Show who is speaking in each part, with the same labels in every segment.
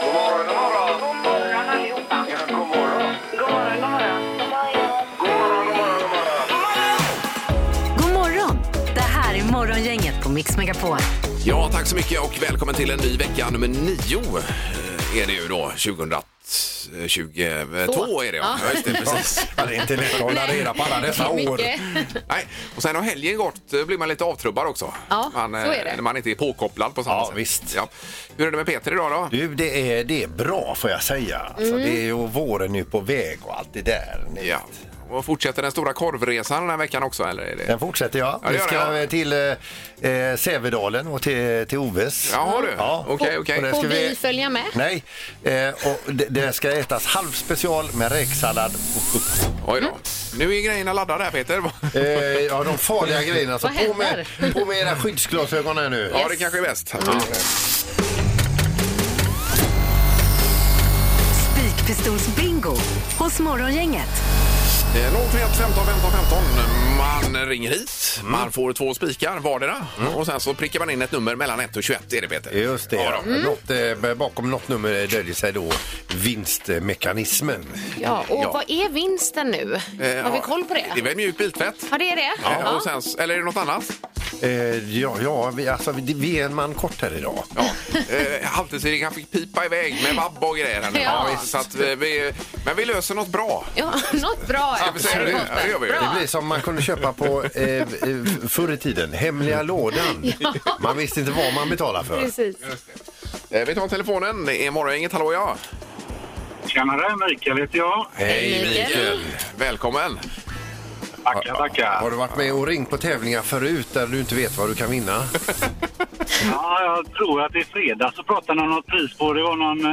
Speaker 1: God morgon, god morgon.
Speaker 2: God morgon allihopa.
Speaker 1: Ja, god morgon.
Speaker 2: God morgon, god morgon.
Speaker 1: God morgon, god morgon, god morgon.
Speaker 3: God morgon! Det här är Morgongänget på Mix Megapol.
Speaker 4: Ja, tack så mycket och välkommen till en ny vecka, nummer nio eh, är det ju då, 2022 är det ja. ja. Just det, precis.
Speaker 5: Ja, det är inte lätt att hålla reda på alla dessa år.
Speaker 4: Nej. Och sen har helgen gått eh, blir man lite avtrubbad också.
Speaker 6: Ja,
Speaker 4: man, eh,
Speaker 6: så är det.
Speaker 4: När man inte är påkopplad på samma
Speaker 5: Ja,
Speaker 4: sätt.
Speaker 5: visst.
Speaker 4: Ja. Hur är det med Peter idag då?
Speaker 5: Du, det är, det är bra får jag säga. Alltså, Det är ju våren nu på väg och allt det där. Ni
Speaker 4: Ja.
Speaker 5: vet.
Speaker 4: Och fortsätter den stora korvresan den här veckan också eller? Är det...
Speaker 5: Den fortsätter jag.
Speaker 4: Ja, det
Speaker 5: Vi
Speaker 4: gör
Speaker 5: ska
Speaker 4: den, ja.
Speaker 5: eh, till eh, eh, Sävedalen och till, till Oves.
Speaker 4: Jaha, du. Okej, okej.
Speaker 5: Och där
Speaker 6: Får
Speaker 5: ska
Speaker 6: vi följa med?
Speaker 5: Nej, eh, och det, det ska ätas halvspecial med räksallad och upp.
Speaker 4: Oj då. Nu är grejerna laddade här Peter.
Speaker 5: Eh, ja, de farliga grejerna. Så
Speaker 6: Vad
Speaker 5: på, med, på med era skyddsglasögon här nu.
Speaker 4: Ja, det kanske är bäst.
Speaker 3: Spikpistolsbingo hos Morgongänget.
Speaker 4: Eh, 031 15 15 15. Man ringer hit, man får två spikar vardera och sen så prickar man in ett nummer mellan 1 och 21 är det Peter.
Speaker 5: Mm. Just det.
Speaker 4: Ja, då. Mm.
Speaker 5: Något, eh, bakom något nummer döljer sig då vinstmekanismen.
Speaker 6: Ja, och
Speaker 4: Ja.
Speaker 6: vad är vinsten nu?
Speaker 4: Eh,
Speaker 6: Har vi
Speaker 4: ja,
Speaker 6: koll på det?
Speaker 4: Det är väl mjuk biltvätt?
Speaker 6: Ja, det är det?
Speaker 4: Ja, Och sen, s- eller är det något annat?
Speaker 5: Eh, ja, ja vi, alltså, vi, vi är en man kort här idag.
Speaker 4: Ja. eh, Halvtidsringen han fick pipa iväg med vabb och grejer. Här nu.
Speaker 6: Ja.
Speaker 4: så att vi, vi, men vi löser något bra.
Speaker 6: Ja, något bra
Speaker 4: Ja, vi säger det. Ja, det gör vi.
Speaker 5: Det
Speaker 6: Bra.
Speaker 5: blir som man kunde köpa på eh, eh, förr i tiden, hemliga lådan. Man visste inte vad man betalade för.
Speaker 6: Precis.
Speaker 4: Eh, vi tar telefonen. Det är morgongänget. Hallå ja.
Speaker 7: Tjenare, Mikael heter jag.
Speaker 5: Hej
Speaker 6: Mikael.
Speaker 4: Välkommen.
Speaker 7: Tackar,
Speaker 5: Har
Speaker 7: tackar.
Speaker 5: du varit med och ringt på tävlingar förut där du inte vet vad du kan vinna?
Speaker 7: Ja, jag tror att i fredags så pratade han om något pris på. Det var någon,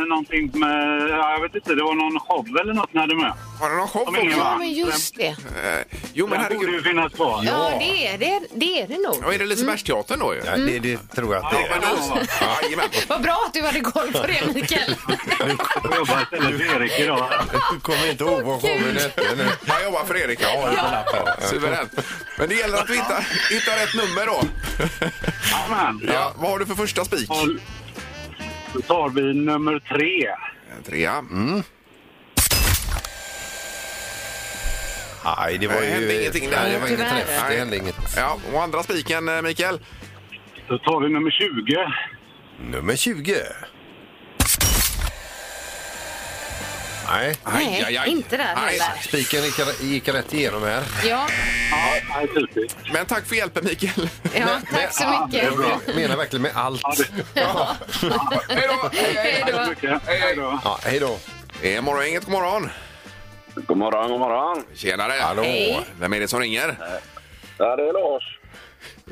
Speaker 7: eh, någonting med... Ja, jag vet inte, det var någon show eller något ni hade med.
Speaker 4: Har du någon show
Speaker 7: Kom igen,
Speaker 4: också?
Speaker 7: va?
Speaker 6: Ja, men just det.
Speaker 4: Eh, jo men
Speaker 7: Den borde ju
Speaker 4: herregud.
Speaker 7: finnas kvar.
Speaker 6: Ja, det är det, det, är det nog.
Speaker 4: Ja, är det Lisebergsteatern då ju?
Speaker 5: Ja, det, det tror jag att det
Speaker 4: Mm. Ja, men
Speaker 5: är.
Speaker 4: då, ja, jajamän.
Speaker 6: Vad bra att du hade koll på det, Mikael.
Speaker 7: Jag jobbar istället för Erik idag.
Speaker 5: Du kommer inte ihåg vad showen hette nu.
Speaker 4: Man jobbar för Erik. Ja, Suveränt. Men det gäller att vi hittar, hittar rätt nummer då.
Speaker 7: Amen.
Speaker 4: Ja, vad har du för första spik?
Speaker 7: Då tar vi nummer tre.
Speaker 4: En Trea. Mm.
Speaker 5: Nej, det var
Speaker 4: Det
Speaker 5: ju...
Speaker 4: hände ingenting där.
Speaker 5: Nej, Det var inget
Speaker 6: Tyvärr.
Speaker 5: träff. Det hände inget.
Speaker 4: Ja, och andra spiken, eh, Mikael?
Speaker 7: Då tar vi nummer 20.
Speaker 5: Nummer 20. Nej,
Speaker 6: Nej, inte där
Speaker 4: Nej.
Speaker 6: heller.
Speaker 5: spiken gick, gick rätt igenom här.
Speaker 6: Ja,
Speaker 7: Ja, det är typiskt.
Speaker 4: Men tack för hjälpen, Mikael.
Speaker 6: ja tack så mycket.
Speaker 5: Jag menar verkligen med allt.
Speaker 4: Hej då!
Speaker 6: Hej
Speaker 7: Tack så
Speaker 6: då.
Speaker 7: mycket. Hej då.
Speaker 5: Ja, hej då.
Speaker 4: Det är morgongänget. God morgon!
Speaker 8: God morgon, god morgon.
Speaker 4: Tjenare!
Speaker 5: Hallå.
Speaker 6: Hej.
Speaker 4: Vem är det som ringer?
Speaker 8: Ja, det är Lars.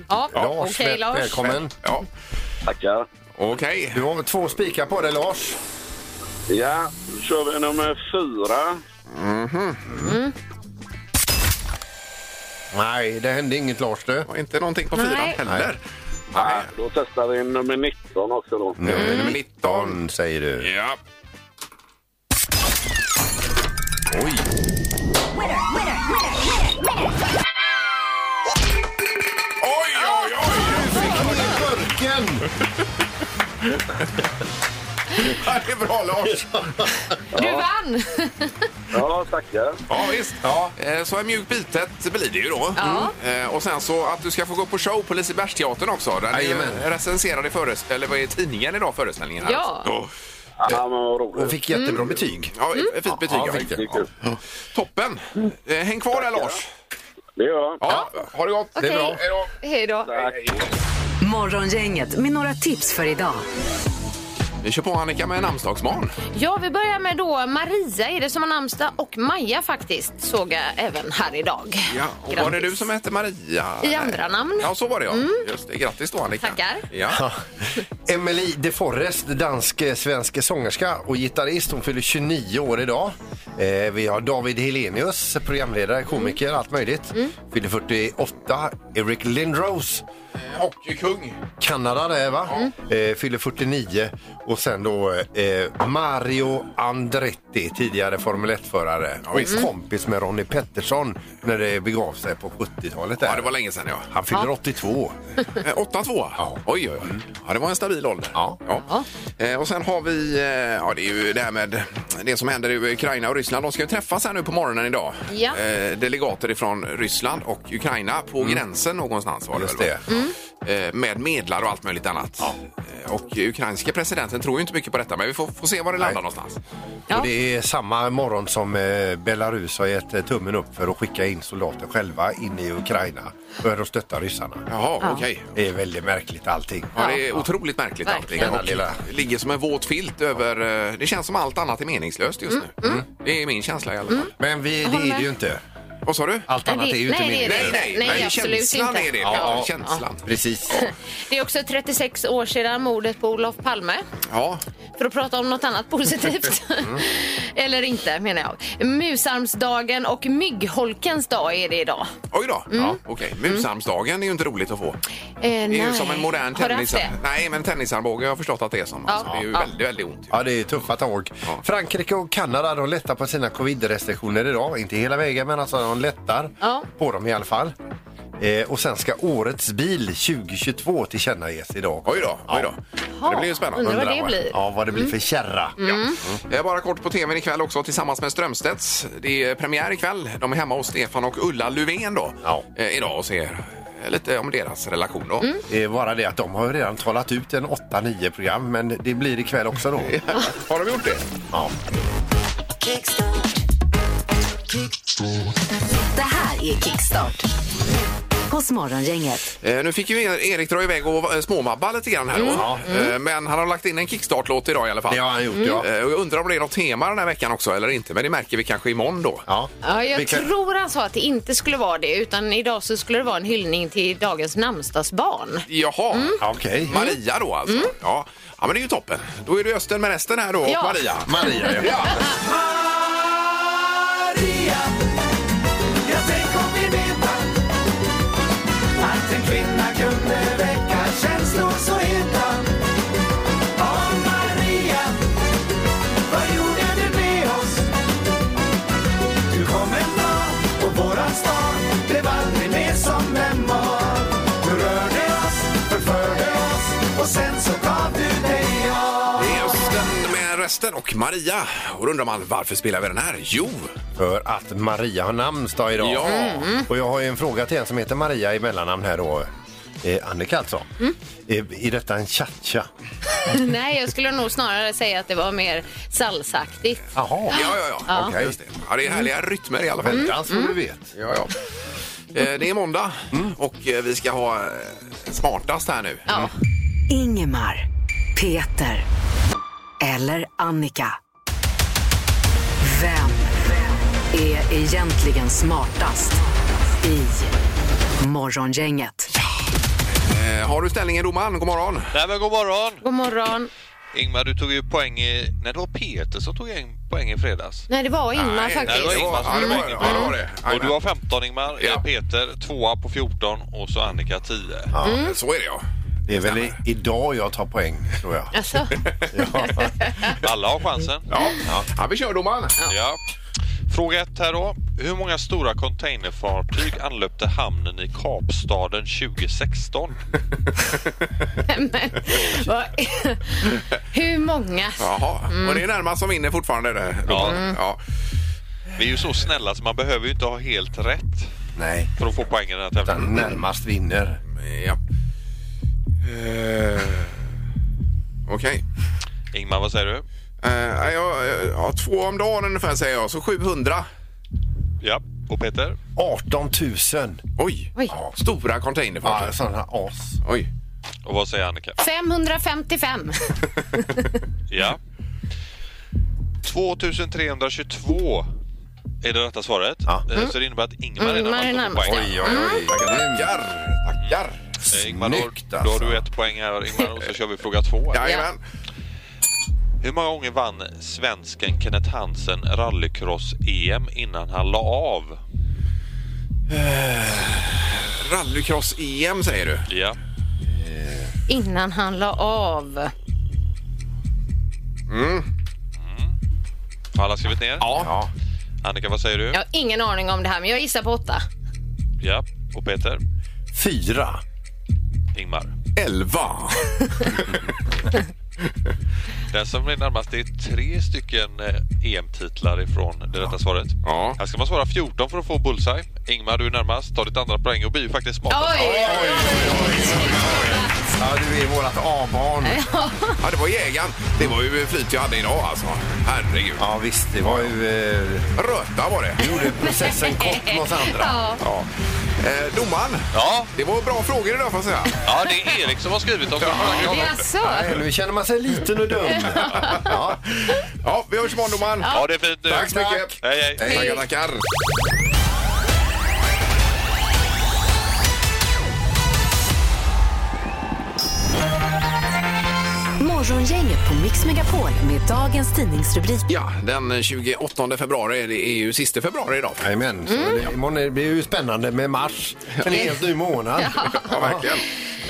Speaker 6: Ja,
Speaker 5: Lars,
Speaker 6: okej
Speaker 5: väl-
Speaker 6: Lars.
Speaker 5: välkommen.
Speaker 4: Ja,
Speaker 8: Tackar.
Speaker 4: okej.
Speaker 5: Du har två spikar på dig, Lars.
Speaker 8: Ja, då kör vi nummer fyra.
Speaker 5: Nej, det hände inget, Lars. Du.
Speaker 4: Och Inte någonting på fyran
Speaker 6: Nej.
Speaker 4: heller.
Speaker 8: Ja, då testar vi nummer 19 också då.
Speaker 4: Mm. Nummer 19.
Speaker 5: Don, säger du.
Speaker 4: Ja.
Speaker 5: Oj!
Speaker 4: Oj, oj, oj!
Speaker 5: Burken!
Speaker 4: Ja, Det är bra, Lars!
Speaker 6: Du vann!
Speaker 8: Ja, tackar.
Speaker 4: Ja, visst. Ja. Eh, Så en mjuk bitet blir det ju då.
Speaker 6: Ja.
Speaker 4: Eh, Och sen så att du ska få gå på show på Lisebergsteatern också. Den är ju
Speaker 5: Jajamän.
Speaker 4: recenserad i, föres- eller vad är tidningen idag, föreställningen. Här.
Speaker 6: Ja.
Speaker 4: Oh.
Speaker 8: Ja, men vad
Speaker 5: Och
Speaker 8: roligt.
Speaker 5: fick jättebra betyg.
Speaker 4: Ja,
Speaker 6: Mm.
Speaker 4: ett fint betyg.
Speaker 5: Ja,
Speaker 4: Ja,
Speaker 5: fick det.
Speaker 8: Kul.
Speaker 4: Toppen! Eh, Häng kvar där, Lars.
Speaker 8: Det gör jag.
Speaker 4: Ja. Ha det gott.
Speaker 6: Okej.
Speaker 5: bra.
Speaker 4: Hej då.
Speaker 6: Hej då.
Speaker 3: Morgongänget med några tips för idag.
Speaker 4: Vi kör på Annika med en namnsdagsbarn.
Speaker 6: Ja, vi börjar med då Maria är det som har namnsdag och Maja faktiskt såg jag även här idag.
Speaker 4: Och var det
Speaker 6: Grattis.
Speaker 4: du som hette Maria?
Speaker 6: I andra namn. Mm.
Speaker 4: Ja, så var det ja. Just det. Grattis då, Annika.
Speaker 6: Tackar.
Speaker 4: Ja.
Speaker 5: Emily de Forrest, dansk-svensk sångerska och gitarrist. Hon fyller 29 år idag. Eh, vi har David
Speaker 4: Mm.
Speaker 5: Helenius, programledare, komiker, allt möjligt. Fyller 48. Eric Lindros
Speaker 4: Eh, Hockeykung.
Speaker 5: Kanada det är, va?
Speaker 4: Mm.
Speaker 5: Eh, fyller 49 och sen då eh, Mario Andretti, tidigare Formel 1-förare
Speaker 4: Mm.
Speaker 5: och kompis med Ronnie Pettersson när det begav sig på 70-talet. Där.
Speaker 4: Ja, det var länge sedan ja.
Speaker 5: Han fyller 82.
Speaker 4: Eh, 8-2?
Speaker 5: Ja.
Speaker 4: Oj, oj, oj. Ja, det var en stabil ålder.
Speaker 5: Ja.
Speaker 4: Eh, och sen har vi, eh, ja det är ju det här med det som händer i Ukraina och Ryssland. De ska ju träffas här nu på morgonen idag.
Speaker 6: Ja.
Speaker 4: Eh, delegater ifrån Ryssland och Ukraina på gränsen någonstans var det
Speaker 5: Just
Speaker 4: väl, va?
Speaker 6: Mm.
Speaker 4: Eh, med medlare och allt möjligt annat. Eh, och ukrainska presidenten tror ju inte mycket på detta men vi får, får se var det landar någonstans.
Speaker 6: Ja.
Speaker 5: Och det är samma morgon som eh, Belarus har gett eh, tummen upp för att skicka in soldater själva in i Ukraina för att stötta ryssarna.
Speaker 4: Jaha, okej.
Speaker 5: Det är väldigt märkligt allting.
Speaker 4: Ja, det är otroligt märkligt allting.
Speaker 6: Verkligen.
Speaker 4: Och
Speaker 5: Denna lilla-
Speaker 4: Ligger som en våt filt över... eh, Det känns som allt annat är meningslöst
Speaker 6: Mm,
Speaker 4: just nu. Det är min känsla i alla fall.
Speaker 5: Men vi, det är det ju inte.
Speaker 4: Vad sa du?
Speaker 5: Allt
Speaker 6: Nej,
Speaker 5: annat
Speaker 6: det-
Speaker 5: är ju inte
Speaker 6: nej, det är
Speaker 5: meningslöst.
Speaker 6: det
Speaker 4: Nej, nej,
Speaker 6: Nej,
Speaker 4: nej,
Speaker 6: absolut
Speaker 4: känslan
Speaker 6: inte.
Speaker 4: är det.
Speaker 6: Ja,
Speaker 4: Ja,
Speaker 6: ja.
Speaker 4: känslan.
Speaker 5: Precis.
Speaker 6: Det är också 36 år sedan mordet på Olof Palme.
Speaker 4: Ja.
Speaker 6: För att prata om något annat positivt.
Speaker 4: Mm.
Speaker 6: Eller inte, menar jag. Musarmsdagen och myggholkens dag är det idag.
Speaker 4: Oj då.
Speaker 6: Mm.
Speaker 4: Ja, okej. Musarmsdagen är ju inte roligt att få.
Speaker 6: Eh,
Speaker 4: Det är ju
Speaker 6: nej.
Speaker 4: som en modern
Speaker 6: Har du haft
Speaker 4: tennis...
Speaker 6: det?
Speaker 4: Nej, men tennisarmbåge har jag förstått att det är som.
Speaker 6: Ja.
Speaker 4: Alltså, det är ju
Speaker 6: Ja.
Speaker 4: väldigt, väldigt ont. ju.
Speaker 5: Ja, det är tuffa tag.
Speaker 4: Ja.
Speaker 5: Frankrike och Kanada de lättar på sina covid-restriktioner idag. Inte hela vägen, men alltså de lättar
Speaker 6: Ja.
Speaker 5: på dem i alla fall. Eh, och sen ska årets bil 2022 tillkännages idag.
Speaker 4: Oj då, oj då. Det blir ju spännande.
Speaker 6: Undrar vad
Speaker 5: Undrar
Speaker 6: det blir. Mm.
Speaker 5: Ja, vad det blir för kärra.
Speaker 4: Eh, Bara kort på tvn ikväll också tillsammans med Strömstedts. Det är premiär ikväll. De är hemma hos Stefan och Ulla Löfven då.
Speaker 5: Ja. Mm.
Speaker 4: Eh, Idag och ser eh, lite om deras relation då.
Speaker 5: Det är Eh, bara det att de har ju redan talat ut en 8-9 program, men det blir ikväll också då.
Speaker 4: Har de gjort det?
Speaker 5: Ja.
Speaker 3: Det här är Kickstart hos Morgongänget.
Speaker 4: Eh, Nu fick ju Erik dra iväg och eh, småmabba lite grann här då. Eh, Men han har lagt in en kickstart-låt idag i alla fall.
Speaker 5: Det har han gjort, Mm. ja.
Speaker 4: Eh, och Jag undrar om det är något tema den här veckan också eller inte. Men det märker vi kanske imorgon då.
Speaker 5: ja.
Speaker 6: Ja, jag
Speaker 5: Vi kan-
Speaker 6: tror han sa att det inte skulle vara det utan idag så skulle det vara en hyllning till dagens namnsdagsbarn.
Speaker 4: Jaha.
Speaker 5: Ja, Okej.
Speaker 4: Maria då alltså.
Speaker 5: Mm.
Speaker 4: Ja. ja, men det är ju toppen. Då är det Östen med resten här då och
Speaker 6: Ja.
Speaker 4: Maria.
Speaker 5: Maria, ja.
Speaker 4: Ja. Det är Östen med resten och Maria. Och då undrar man varför spelar vi den här? Jo,
Speaker 5: För att Maria har namnsdag idag.
Speaker 4: Ja.
Speaker 5: Och jag har ju en fråga till en som heter Maria i mellannamn här då. Eh, Annika alltså.
Speaker 6: Mm.
Speaker 5: Eh, är detta en cha-cha?
Speaker 6: Nej, jag skulle nog snarare säga att det var mer salsaktigt.
Speaker 5: Jaha.
Speaker 4: ja, ja, ja.
Speaker 6: Ja. Mm.
Speaker 4: Okej, just det. ja det är härliga rytmer i alla fall.
Speaker 5: Väntans vad du vet.
Speaker 4: Ja, ja. Eh, Det är måndag och eh, vi ska ha eh, smartast här nu. Mm.
Speaker 6: Ja.
Speaker 3: Ingemar, Peter eller Annika. Vem är egentligen smartast i Morgongänget?
Speaker 4: Eh, Har du ställningen domaren? God morgon.
Speaker 9: Nej men god morgon!
Speaker 6: God morgon.
Speaker 9: Ingmar, du tog ju poäng i... Nej, det var Peter som tog in poäng i fredags.
Speaker 6: Nej, det var Ingmar
Speaker 4: Nej,
Speaker 9: Nej, det
Speaker 6: faktiskt.
Speaker 9: var Ingmar Mm.
Speaker 4: Ja, det
Speaker 9: som
Speaker 4: var
Speaker 9: tog poäng i
Speaker 4: det.
Speaker 9: fredags.
Speaker 4: Ja, det var det.
Speaker 9: Och du har 15 Ingmar,
Speaker 4: Ja.
Speaker 9: Eh, Peter tvåa på 14 och så Annika 10.
Speaker 4: Ja, Så är det ja.
Speaker 5: Det är väl i, idag jag tar poäng tror jag.
Speaker 6: Alltså,
Speaker 9: Alla har chansen.
Speaker 4: Ja. ja, vi kör domaren.
Speaker 9: Ja. Fråga ett här då. Hur många stora containerfartyg anlöpte hamnen i Kapstaden 2016?
Speaker 6: men, vad, hur många?
Speaker 4: Jaha, och det är närmast som vinner fortfarande. Det, domaren. ja.
Speaker 9: Vi är ju så snälla så man behöver ju inte ha helt rätt
Speaker 5: Nej.
Speaker 9: för att få poäng i den här tävlingen.
Speaker 5: Den närmast vinner.
Speaker 4: Mm. ja. Eh, Okej.
Speaker 9: Ingmar, vad säger du?
Speaker 4: Eh, ja, eh, ja, två om dagen ungefär säger jag, så 700.
Speaker 9: Ja. Och Peter?
Speaker 5: 18 000.
Speaker 4: Oj!
Speaker 6: Oj.
Speaker 4: Ja, Stora containerfartyg.
Speaker 5: Ja, sådana as.
Speaker 4: Oj.
Speaker 9: Och vad säger Annika?
Speaker 6: 555.
Speaker 9: Ja. 2322 är det rätta svaret. Eh, Så det innebär att Ingmar är
Speaker 6: Mm, Ingmar är
Speaker 9: närmast.
Speaker 6: närmast,
Speaker 9: på poäng.
Speaker 5: Oj, oj,
Speaker 6: Mm.
Speaker 5: oj.
Speaker 4: Tackar, tackar.
Speaker 9: Eh, Ingmar, då,
Speaker 5: Snyggt,
Speaker 9: då har
Speaker 5: alltså.
Speaker 9: du ett poäng här Ingmar och så kör vi fråga två. här.
Speaker 4: Jajamän.
Speaker 9: Hur många gånger vann svensken Kenneth Hansen rallycross-EM innan han la av?
Speaker 4: Rallycross-EM säger du?
Speaker 9: Ja.
Speaker 6: Innan han la av.
Speaker 9: Har alla skrivit ner?
Speaker 4: Ja.
Speaker 9: Annika, vad säger du?
Speaker 6: Jag har ingen aning om det här, men jag gissar på åtta.
Speaker 9: Ja. Och Peter?
Speaker 5: Fyra.
Speaker 9: Ingmar?
Speaker 4: Elva.
Speaker 9: Den som är närmast det är tre stycken eh, EM-titlar ifrån det rätta svaret.
Speaker 4: Ja.
Speaker 9: Här ska man svara 14 för att få bullseye. Ingmar, du är närmast. Ta ditt andra poäng och blir ju faktiskt smartast.
Speaker 6: Oj!
Speaker 5: Ja, du är vårat A-barn.
Speaker 4: Ja, det var jägaren. Det var ju flyt jag hade idag alltså. Herregud.
Speaker 5: Ja, visst. Det var ju... Eh,
Speaker 4: Röta var det.
Speaker 5: gjorde processen kort mot andra.
Speaker 4: Ja. Eh, domaren.
Speaker 9: Ja.
Speaker 4: Det var bra frågor idag får jag säga.
Speaker 9: ja, det är Erik som har skrivit dem. Ja,
Speaker 6: Jaså?
Speaker 5: Nej, nu känner man sig liten och dum. Ja.
Speaker 4: Ja, vi hörs imorgon domaren.
Speaker 9: ja det är fint nu.
Speaker 4: Tack så mycket.
Speaker 9: Hej, hej.
Speaker 4: Hej. Tackar, tackar.
Speaker 3: Morgongänget på Mix Megapol med dagens tidningsrubrik.
Speaker 4: Ja, den 28 februari, det är ju sista februari idag.
Speaker 5: Jajamän, så
Speaker 4: Mm.
Speaker 5: det, imorgon är- det blir ju spännande med mars. En helt ny månad.
Speaker 4: Ja, verkligen.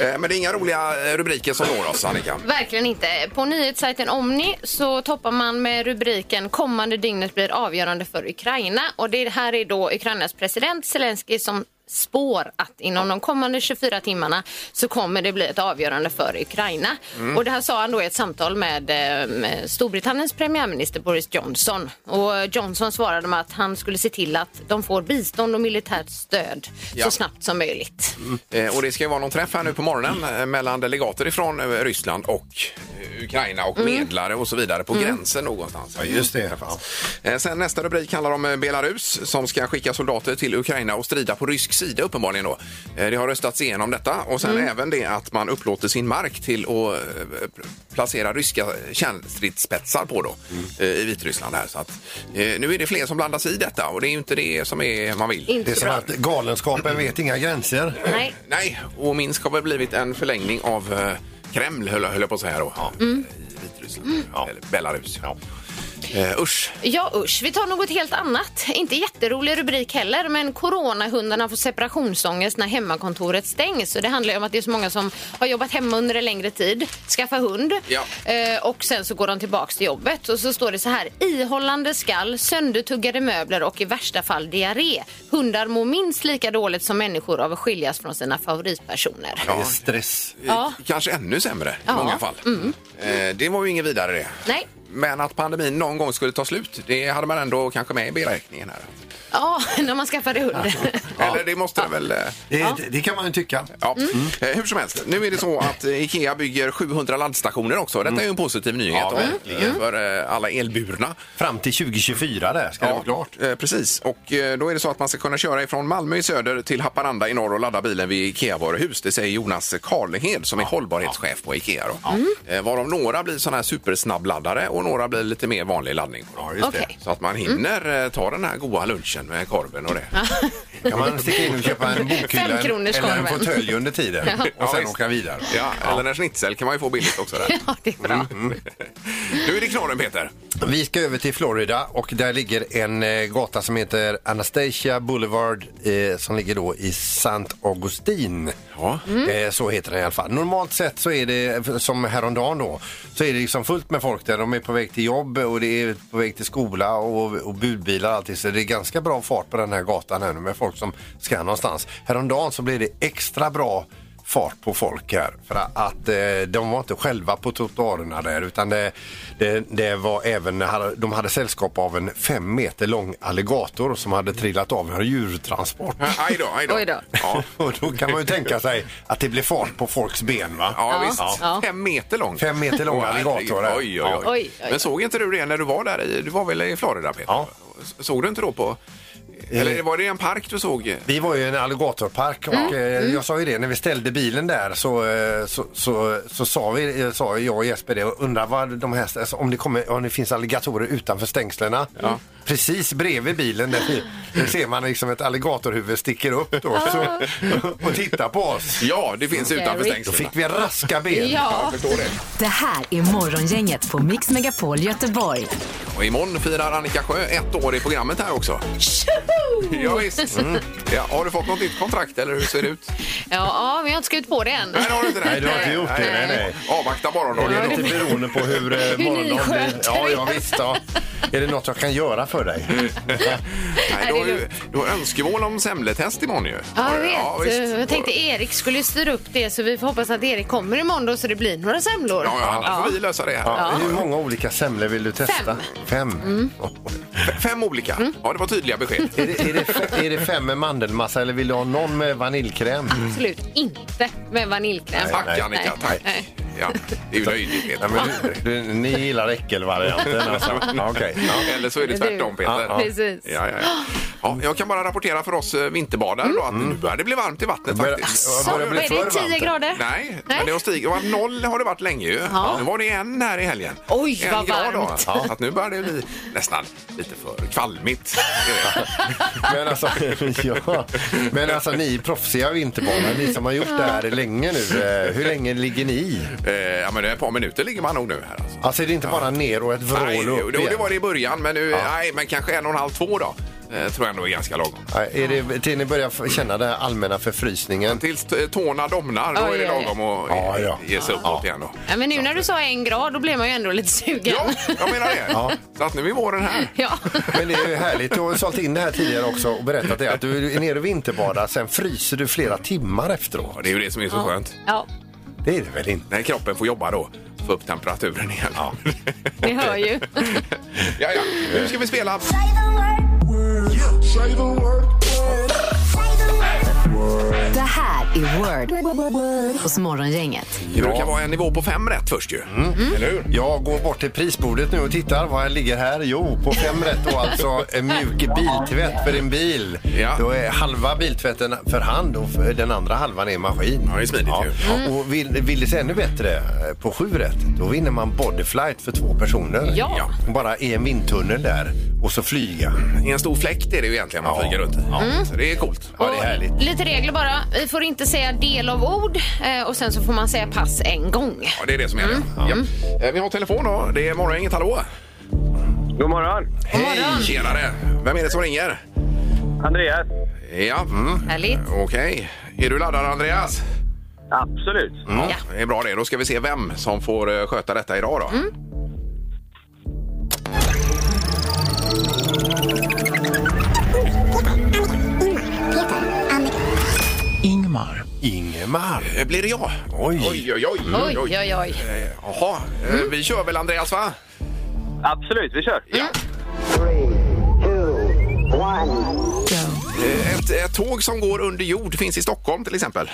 Speaker 4: Eh, Men det är inga roliga eh, rubriker som når oss, Annika.
Speaker 6: Verkligen inte. På nyhetssajten Omni så toppar man med rubriken “Kommande dygnet blir avgörande för Ukraina” och det här är då Ukrainas president Zelensky som spår att inom de kommande 24 timmarna så kommer det bli ett avgörande för Ukraina. Och det här sa han då i ett samtal med, eh, med Storbritanniens premiärminister Boris Johnson. Och eh, Johnson svarade med att han skulle se till att de får bistånd och militärt stöd
Speaker 4: Ja.
Speaker 6: så snabbt som möjligt.
Speaker 4: Eh, Och det ska ju vara någon träff här nu på morgonen eh, mellan delegater ifrån eh, Ryssland och eh, Ukraina och medlare och så vidare på gränsen någonstans.
Speaker 5: Mm. Ja, just det. Ja.
Speaker 4: Eh, Sen nästa rubrik handlar om eh, Belarus som ska skicka soldater till Ukraina och strida på rysk sida uppenbarligen då. Eh, Det har röstats igenom detta och sen
Speaker 5: Mm.
Speaker 4: även det att man upplåter sin mark till att eh, placera ryska kärnstridsspetsar på då
Speaker 5: Mm.
Speaker 4: eh, i Vitryssland här. Så att, eh, nu är det fler som blandas i detta och det är ju inte det som är, man vill.
Speaker 5: Det är
Speaker 6: Inte
Speaker 5: som
Speaker 6: bra.
Speaker 5: att galenskapen vet inga gränser.
Speaker 6: Nej.
Speaker 4: Nej, och Minsk har väl blivit en förlängning av eh, Kreml höll, höll jag på att säga då.
Speaker 6: Mm.
Speaker 4: I Vitryssland, eller Belarus. Ja. Eh, usch!
Speaker 6: Ja usch, vi tar något helt annat. Inte jätterolig rubrik heller, men coronahundarna får separationsångest när hemmakontoret stängs. Så det handlar ju om att det är så många som har jobbat hemma under en längre tid, skaffa hund
Speaker 4: Ja.
Speaker 6: eh, och sen så går de tillbaks till jobbet. Och så står det så här, ihållande skall, söndertuggade möbler och i värsta fall diarré. Hundar mår minst lika dåligt som människor av att skiljas från sina favoritpersoner.
Speaker 5: Det är stress.
Speaker 6: Ja.
Speaker 4: Eh, Kanske ännu sämre i
Speaker 6: Ja. Mm.
Speaker 4: många fall. Eh, det var ju inget vidare det.
Speaker 6: Nej.
Speaker 4: Men att pandemin någon gång skulle ta slut, det hade man ändå kanske med i beräkningen här.
Speaker 6: Ja, när man skaffade hund.
Speaker 4: Eller det måste det väl... eh,
Speaker 5: Det, det kan man ju tycka.
Speaker 4: Ja.
Speaker 6: Mm.
Speaker 4: Eh, Hur som helst, nu är det så att eh, Ikea bygger 700 laddstationer också.
Speaker 6: Mm.
Speaker 4: Detta är ju en positiv nyhet
Speaker 5: Ja,
Speaker 4: då, eh, för eh, alla elburna.
Speaker 5: Fram till 2024 där ska det vara klart.
Speaker 4: eh, precis. Och eh, då är det så att man ska kunna köra ifrån Malmö i söder till Haparanda i norr och ladda bilen vid IKEA-varuhus. Det säger Jonas Karlehed som är hållbarhetschef på IKEA. Då.
Speaker 5: Mm.
Speaker 4: Eh, Varav några blir sådana här supersnabbladdare och några blir lite mer vanlig laddning. på dem.
Speaker 5: Ja, just Mm.
Speaker 6: Okej.
Speaker 4: Så att man hinner eh, ta den här goda lunchen med korven och det.
Speaker 5: det. Kan man sticka in och köpa en bokhylla en- eller en
Speaker 6: Femkronorskorven.
Speaker 5: fåtölj under tiden och sen
Speaker 4: Ja,
Speaker 5: åka vidare.
Speaker 4: Ja, eller en schnitzel kan man ju få billigt också där.
Speaker 6: Ja, det är bra.
Speaker 4: Mm, Nu är det knorren Peter.
Speaker 5: Vi ska över till Florida och där ligger en eh, gata som heter Anastasia Boulevard eh, som ligger då i Sant Augustin.
Speaker 4: Ja.
Speaker 5: Eh, så heter den i alla fall. Normalt sett så är det som häromdagen då så är det liksom fullt med folk där. De är på väg till jobb och det är på väg till skola och, och budbilar och allting. Så det är ganska bra fart på den här gatan här nu med folk som ska någonstans. Häromdagen så blev det extra bra fart på folk här. För att eh, de var inte själva på trottoarerna där utan det, det, det var även, de hade sällskap av en fem meter lång alligator som hade trillat av en djurtransport.
Speaker 4: Aj då, aj då.
Speaker 6: Oj då.
Speaker 4: Ja.
Speaker 5: Och då kan man ju tänka sig att det blir fart på folks ben va?
Speaker 4: Ja,
Speaker 6: Ja.
Speaker 4: visst.
Speaker 6: Ja.
Speaker 4: Fem meter lång.
Speaker 5: Fem meter lång
Speaker 4: Åh,
Speaker 5: alligator.
Speaker 4: herregud.
Speaker 5: här.
Speaker 4: Oj, oj, oj.
Speaker 6: Oj, oj.
Speaker 4: Men såg inte du det när du var där? i- Du var väl i Florida, Peter?
Speaker 5: Ja.
Speaker 4: S- Såg du inte då på... Eller var det en park du såg?
Speaker 5: Vi var ju i en alligatorpark och
Speaker 6: Mm.
Speaker 5: eh, jag sa ju det när vi ställde bilen där så, eh, så, så, så sa, vi, eh, sa jag och Jesper det och undrar vad de här, alltså, om, det kommer, om det finns alligatorer utanför stängslena. Precis bredvid bilen där, vi- där ser man liksom ett alligatorhuvud sticker upp då, så, och tittar på oss.
Speaker 4: Ja, det finns utanför
Speaker 6: Scary.
Speaker 5: Då
Speaker 4: stängslen.
Speaker 5: fick vi raska ben.
Speaker 6: Ja.
Speaker 4: Jag förstår det.
Speaker 3: Det här är Morgongänget på Mix Megapol Göteborg.
Speaker 4: Och Och imorgon firar Annika Sjö ett år i programmet här också.
Speaker 5: Mm.
Speaker 4: Ja, visst. Ja, har du fått något nytt kontrakt eller hur ser det ut?
Speaker 6: Ja, ja, men jag har inte skrivit på det än.
Speaker 4: Nej, det har du inte.
Speaker 5: Nej, du har inte gjort det. Nej, nej.
Speaker 4: Avvakta
Speaker 5: Och det
Speaker 4: morgondagen.
Speaker 5: är lite beroende på hur eh,
Speaker 6: ni
Speaker 5: morgondagen blir.
Speaker 6: sköter
Speaker 5: Ja,
Speaker 6: er.
Speaker 5: ja, visst. Ja. Är det något jag kan göra för dig?
Speaker 4: Nej, du, har ju, du har önskemål om semletest imorgon ju.
Speaker 6: Ja,
Speaker 4: Har
Speaker 6: jag
Speaker 4: du-
Speaker 6: vet.
Speaker 4: visst.
Speaker 6: jag tänkte Erik skulle styra upp det så vi får hoppas att Erik kommer i måndag så det blir några semlor.
Speaker 4: Ja, ja, annars får vi lösa det här.
Speaker 5: Ja. Hur många olika semlor vill du testa? Fem. Mm.
Speaker 4: F- Fem olika. Ja, det var tydliga besked.
Speaker 5: Är, det, är, det, fe- är det fem med mandelmassa eller vill du ha någon med vaniljkräm?
Speaker 6: Absolut inte med vaniljkräm.
Speaker 4: Tack
Speaker 5: nej.
Speaker 4: Annika,
Speaker 6: Nej,
Speaker 4: tack.
Speaker 6: nej.
Speaker 4: Ja, det är ju löjligt Peter.
Speaker 5: Nej, men du, du, ni gillar äckelvarianten alltså? Ja, Okej. Ja.
Speaker 4: Ja, Eller så är det
Speaker 6: Eller du.
Speaker 4: tvärtom Peter.
Speaker 5: Ja,
Speaker 6: precis.
Speaker 4: Ja, ja, ja. Ja, jag kan bara rapportera för oss eh, vinterbadare då att nu börjar det bli varmt i vattnet
Speaker 5: Börjar-
Speaker 4: faktiskt.
Speaker 5: ja,
Speaker 6: Så,
Speaker 5: Har det
Speaker 6: är
Speaker 5: blivit
Speaker 6: det
Speaker 5: för
Speaker 6: 10
Speaker 5: varmt?
Speaker 6: grader?
Speaker 4: Nej,
Speaker 6: Nej.
Speaker 4: men det har stigit. Det var noll har det varit länge ju.
Speaker 6: Ja.
Speaker 4: Nu var det en här i helgen.
Speaker 6: Oj,
Speaker 4: en
Speaker 6: vad
Speaker 4: grad då.
Speaker 6: varmt.
Speaker 4: Så att nu börjar det bli nästan lite för kvalmigt.
Speaker 5: Men alltså, ja. Men alltså ni är proffsiga vinterbadare, ni som har gjort det här länge nu. eh, Hur länge ligger ni i?
Speaker 4: Eh, ja, men det är ett par minuter ligger man nog nu här alltså.
Speaker 5: Alltså är det inte bara ner och ett
Speaker 4: Nej,
Speaker 5: vrål och
Speaker 4: jo,
Speaker 5: upp
Speaker 4: det, det
Speaker 5: igen?
Speaker 4: var det i början, men nu, nej, men kanske en och en halv, två då. Eh, tror jag ändå är ganska lagom.
Speaker 5: Nej, Är det till ni börjar f- känna den här allmänna förfrysningen?
Speaker 4: Tills t- tårna domnar, då
Speaker 6: Oj,
Speaker 4: är det
Speaker 6: oj, oj.
Speaker 4: lagom att eh,
Speaker 5: Ja, ja.
Speaker 4: ge sig uppåt igen då.
Speaker 6: Ja, men nu när du sa en grad, då blev man ju ändå lite sugen.
Speaker 4: Ja, jag menar det. Så att nu är våren här.
Speaker 6: Ja.
Speaker 5: Men det är ju härligt, du har ju sålt in det här tidigare också och berättat det att du är nere och vinterbadar, sen fryser du flera timmar efteråt.
Speaker 4: Ja, det är ju det som är så skönt.
Speaker 6: ja,
Speaker 5: Det är det väl inte?
Speaker 4: När kroppen får jobba då, få upp temperaturen igen. Ja.
Speaker 6: ni hör
Speaker 5: eh,
Speaker 6: ju.
Speaker 4: ja, ja. Nu ska vi spela.
Speaker 3: Det här är Word hos Morgongänget.
Speaker 4: Det brukar vara en nivå på fem rätt först ju.
Speaker 5: Mm.
Speaker 6: Mm.
Speaker 4: Eller hur?
Speaker 5: Jag går bort till prisbordet nu och tittar vad ligger här. Jo, på fem rätt då alltså en mjuk biltvätt för din bil.
Speaker 4: Ja.
Speaker 5: Då är halva biltvätten för hand och för- den andra halvan är maskin.
Speaker 4: Ja, det är smidigt ju.
Speaker 5: Och vill, vill det se ännu bättre eh, på sju rätt, då vinner man bodyflight för två personer.
Speaker 6: Ja.
Speaker 5: Bara i en vindtunnel där och så flyga.
Speaker 4: I en stor fläkt är det ju egentligen man
Speaker 5: Ja.
Speaker 4: flyger runt i.
Speaker 6: Mm.
Speaker 4: Så det är coolt.
Speaker 5: Ja, det är härligt.
Speaker 6: Lite regler bara. Vi får inte säga del av ord eh, och sen så får man säga pass en gång.
Speaker 4: Ja, det är det som är
Speaker 6: Mm.
Speaker 4: det. Ja.
Speaker 5: Mm.
Speaker 4: Eh, Vi har telefon då. Det är Morgongänget. Hallå!
Speaker 8: God morgon.
Speaker 4: Hej! Tjenare! Vem är det som ringer?
Speaker 8: Andreas.
Speaker 4: Ja,
Speaker 5: Mm.
Speaker 6: Härligt.
Speaker 4: okej. Är du laddad Andreas?
Speaker 8: Absolut.
Speaker 4: Ja. Det är bra det. Då ska vi se vem som får eh, sköta detta idag då.
Speaker 6: Mm.
Speaker 5: Ingmar. Ingemar.
Speaker 4: Eh, Blir det jag?
Speaker 5: Oj.
Speaker 4: Oj, oj, oj.
Speaker 6: Oj, Mm. oj, oj.
Speaker 4: Eh, Jaha, eh, vi kör väl Andreas va?
Speaker 8: Absolut, vi kör.
Speaker 4: Eh, Ett, ett tåg som går under jord finns i Stockholm till exempel.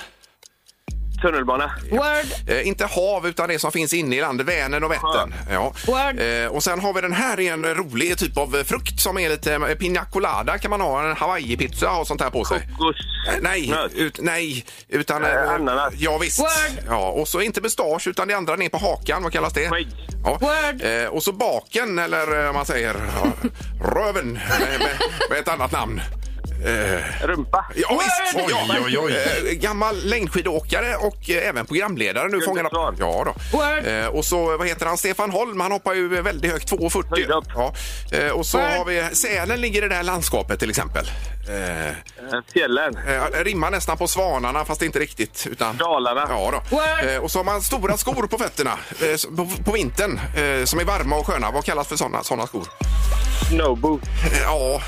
Speaker 8: Tunnelbana.
Speaker 6: Word.
Speaker 4: Eh, inte hav utan det som finns inne i landet, Vänern och Vättern. Ja.
Speaker 6: Word.
Speaker 4: Eh, och sen har vi den här, är en rolig typ av eh, frukt som är lite eh, pina colada kan man ha, en hawaii-pizza och sånt här på sig.
Speaker 8: Kokos.
Speaker 4: Eh, Nej,
Speaker 8: Nöt.
Speaker 4: ut, nej, utan...
Speaker 8: Eh,
Speaker 4: eh,
Speaker 8: ananas.
Speaker 4: Ja, visst.
Speaker 6: Word.
Speaker 4: Ja, och så inte mustasch utan det andra ner på hakan, vad kallas det?
Speaker 8: Skägg.
Speaker 4: Ja.
Speaker 6: Word.
Speaker 4: Eh, och så baken, eller eh, vad man säger, ja, röven, eh, med, med ett annat namn.
Speaker 8: Rumpa.
Speaker 4: Ja, visst!
Speaker 5: Oj,
Speaker 4: ja.
Speaker 5: oj, oj.
Speaker 4: Eh, Gammal längdskidåkare och eh, även programledare. Nu fångar
Speaker 8: Svan.
Speaker 4: Ja, då.
Speaker 6: Word.
Speaker 4: Eh, och så, vad heter han, Stefan Holm, han hoppar ju väldigt högt, 2,40.
Speaker 8: Höjdhopp.
Speaker 4: Ja. Eh, och så
Speaker 6: Word.
Speaker 4: har vi, Sälen ligger i det här landskapet till exempel. Eh,
Speaker 8: Eh, Fjällen.
Speaker 4: eh, rimmar nästan på svanarna fast inte riktigt. Utan,
Speaker 8: Dalarna.
Speaker 4: Ja, då.
Speaker 6: Word.
Speaker 4: Eh, och så har man stora skor på fötterna eh, s- på, på vintern eh, som är varma och sköna. Vad kallas för sådana såna skor?
Speaker 8: Snowbo.
Speaker 4: Eh, ja.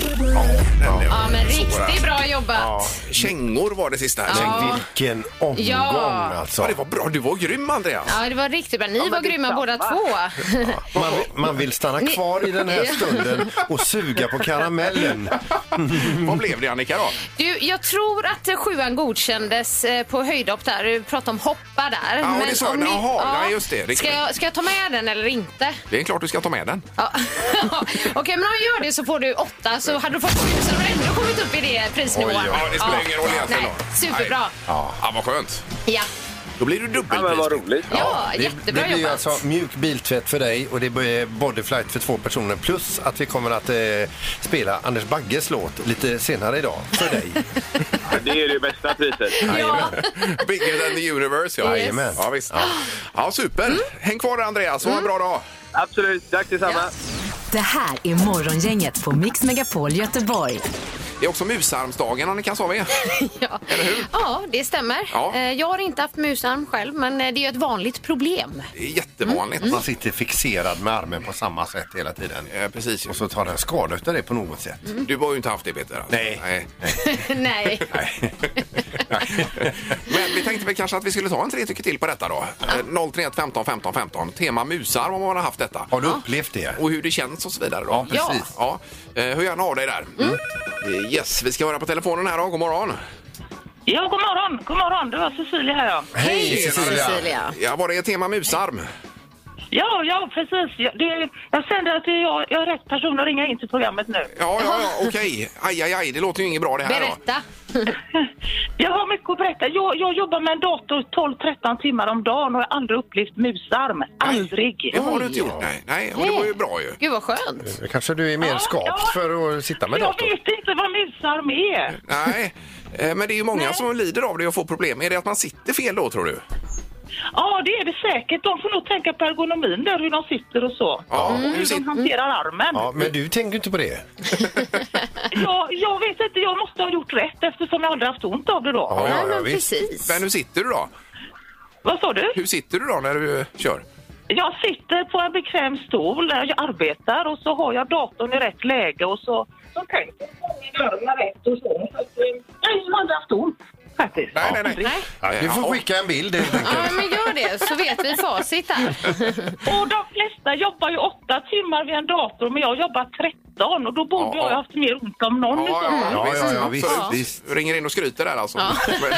Speaker 4: Ja, den är-
Speaker 6: Ja, men
Speaker 4: svåra.
Speaker 6: riktigt bra jobbat.
Speaker 4: Kängor var det sista. här. Kängor.
Speaker 5: Men vilken omgång
Speaker 6: Ja.
Speaker 5: alltså.
Speaker 4: Ja, det var bra. Du var grym, Andreas.
Speaker 6: Ja, det var riktigt bra. Ni var grymma båda två.
Speaker 5: Man, vill- man vill stanna kvar i den här
Speaker 6: Ja.
Speaker 5: stunden och suga på karamellen.
Speaker 4: Mm. Vad blev det, Annika? Då?
Speaker 6: Du, jag tror att eh, sjuan godkändes eh, på höjdhopp där. Du pratade om hoppa där.
Speaker 4: Ja, och det sa
Speaker 6: om
Speaker 4: du.
Speaker 6: ni-
Speaker 4: Jaha, nej, just det. Det
Speaker 6: Ska
Speaker 4: kan-
Speaker 6: jag, ska jag ta med den eller inte?
Speaker 4: Det är klart du ska ta med den.
Speaker 6: Ja. Okej, men om jag gör det så får du åtta så hade du fått sju så hade du ändå kommit upp i det prisnivån.
Speaker 5: Oj, oj, oj.
Speaker 4: Ja, det spelar ingen roll egentligen.
Speaker 6: Nej,
Speaker 4: då.
Speaker 6: superbra.
Speaker 4: Nej. Ja. vad skönt.
Speaker 6: Ja,
Speaker 4: Då blir du
Speaker 8: Ja, men
Speaker 4: dubbelpris.
Speaker 8: vad roligt.
Speaker 6: ja
Speaker 5: Det, det
Speaker 6: jättebra
Speaker 5: blir ju
Speaker 6: jobbat.
Speaker 5: alltså mjuk biltvätt för dig och det blir bodyflight för två personer plus att vi kommer att eh, spela Anders Bagges låt lite senare idag för dig.
Speaker 8: Det är det bästa priset.
Speaker 6: Ja.
Speaker 4: Bigger than the universe. Ja,
Speaker 5: Jajamän. Mm.
Speaker 4: ja visst. Ja, super. Häng kvar där, Andreas. Ha en bra dag.
Speaker 8: Absolut. Tack detsamma.
Speaker 6: Ja.
Speaker 3: Det här är Morgongänget på Mix Megapol Göteborg.
Speaker 4: Det är också musarmsdagen Annika sa vi.
Speaker 6: Ja, ja det stämmer.
Speaker 4: Ja.
Speaker 6: Eh, Jag har inte haft musarm själv, men eh, det är ju ett vanligt problem.
Speaker 4: Det är jättevanligt.
Speaker 5: Mm. Man sitter fixerad med armen på samma sätt hela tiden.
Speaker 4: Eh, precis.
Speaker 5: Och så tar den skada utav det på något sätt.
Speaker 4: Du har ju inte haft det Peter. alltså.
Speaker 5: Nej.
Speaker 6: Nej.
Speaker 4: Men vi tänkte väl kanske att vi skulle ta en tre tycker till på detta då. Eh, Ja. 031 15 15 15. Tema musarm om man har haft detta.
Speaker 5: Har du upplevt det?
Speaker 4: Och hur det känns och så vidare då.
Speaker 5: Ja, precis.
Speaker 4: Ja. Eh, Hur gärna har dig där. Eh, Yes, vi ska höra på telefonen här då. God morgon.
Speaker 2: Ja, god morgon. God morgon. Det var Cecilia här. ja.
Speaker 5: Hej
Speaker 6: Cecilia.
Speaker 4: Ja, var det tema musarm?
Speaker 2: Ja, ja, precis. Jag, det, jag kände att det är jag, jag är rätt person att ringa in till programmet nu.
Speaker 4: Ja, ja, ja okej. Aj, aj, aj. Det låter ju inget bra det här då.
Speaker 6: Berätta.
Speaker 2: Jag har mycket att berätta. Jag, jag jobbar med en dator 12-13 timmar om dagen och jag har aldrig upplevt musarm. Aldrig.
Speaker 4: Det har du inte gjort. Nej, nej. Och det var ju bra ju.
Speaker 6: Gud vad skönt.
Speaker 5: Kanske du är mer skapt för att sitta med
Speaker 2: Jag
Speaker 5: datorn?
Speaker 2: vet inte vad musarm är.
Speaker 4: Nej. Eh, Men det är ju många som lider av det och får problem. Är det att man sitter fel då tror du?
Speaker 2: Ja, det är det säkert. De får nog tänka på ergonomin där, hur de sitter och så.
Speaker 4: Ja, hur
Speaker 2: Hur
Speaker 4: sit-
Speaker 2: de hanterar armen.
Speaker 5: Ja, men du tänker inte på det?
Speaker 2: Jag, jag vet inte, jag måste ha gjort rätt eftersom jag aldrig haft ont av det då.
Speaker 5: Ja,
Speaker 6: Nej,
Speaker 5: ja, ja
Speaker 6: men
Speaker 5: visst.
Speaker 6: precis.
Speaker 4: Men hur sitter du då?
Speaker 2: Vad sa du?
Speaker 4: Hur sitter du då när du eh, kör?
Speaker 2: Jag sitter på en bekväm stol när jag arbetar och så har jag datorn i rätt läge och så, så tänker jag på armarna rätt och så. Så att, eh, Nej, jag har aldrig haft ont faktiskt.
Speaker 4: Nej, nej, nej.
Speaker 6: Nej.
Speaker 5: Ja, du
Speaker 4: Ja.
Speaker 5: får skicka en bild helt enkelt.
Speaker 6: Ja, men gör det så vet vi facit här.
Speaker 2: Och de flesta jobbar ju åtta timmar vid en dator men jag jobbar 13 och då borde
Speaker 4: Ja,
Speaker 2: jag
Speaker 4: ja.
Speaker 2: ha haft mer ont om någon. liksom. i så fall.
Speaker 5: ja, ja, ja,
Speaker 4: absolut.
Speaker 5: visst, visst.
Speaker 4: Ringer in och skryter där alltså. Men-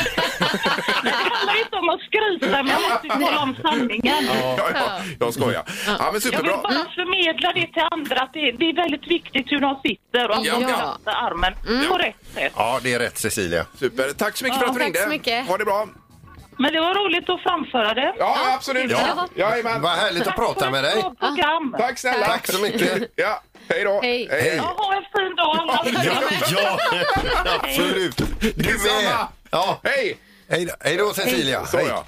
Speaker 2: Det handlar inte om att skryta men jag måste ju tala om sanningen.
Speaker 4: ja, ja, jag skojar. Ja, men
Speaker 2: Jag vill
Speaker 4: superbra.
Speaker 2: bara förmedla det till andra att det, det är väldigt viktigt hur de sitter och att de
Speaker 4: Ja.
Speaker 2: belastar armen på rätt sätt.
Speaker 5: Ja, det är rätt Cecilia.
Speaker 4: Super. Tack så mycket för att du
Speaker 6: tack
Speaker 4: ringde.
Speaker 6: så mycket.
Speaker 4: Ha det bra.
Speaker 2: Men det var roligt att framföra det.
Speaker 4: Ja, absolut.
Speaker 5: Ja.
Speaker 4: Jajamän.
Speaker 5: Vad härligt att prata med dig.
Speaker 2: Bra program.
Speaker 4: Ah. Tack snälla.
Speaker 5: Tack så mycket.
Speaker 4: Ja, hej då.
Speaker 6: Hej.
Speaker 5: Hej.
Speaker 2: Ja, ha en fin dag alla.
Speaker 5: Ja, ja, absolut. Du med.
Speaker 4: Detsamma.
Speaker 5: Ja,
Speaker 4: Hej!
Speaker 5: hej då- hej då Cecilia.
Speaker 4: Så
Speaker 5: Hej.
Speaker 4: ja.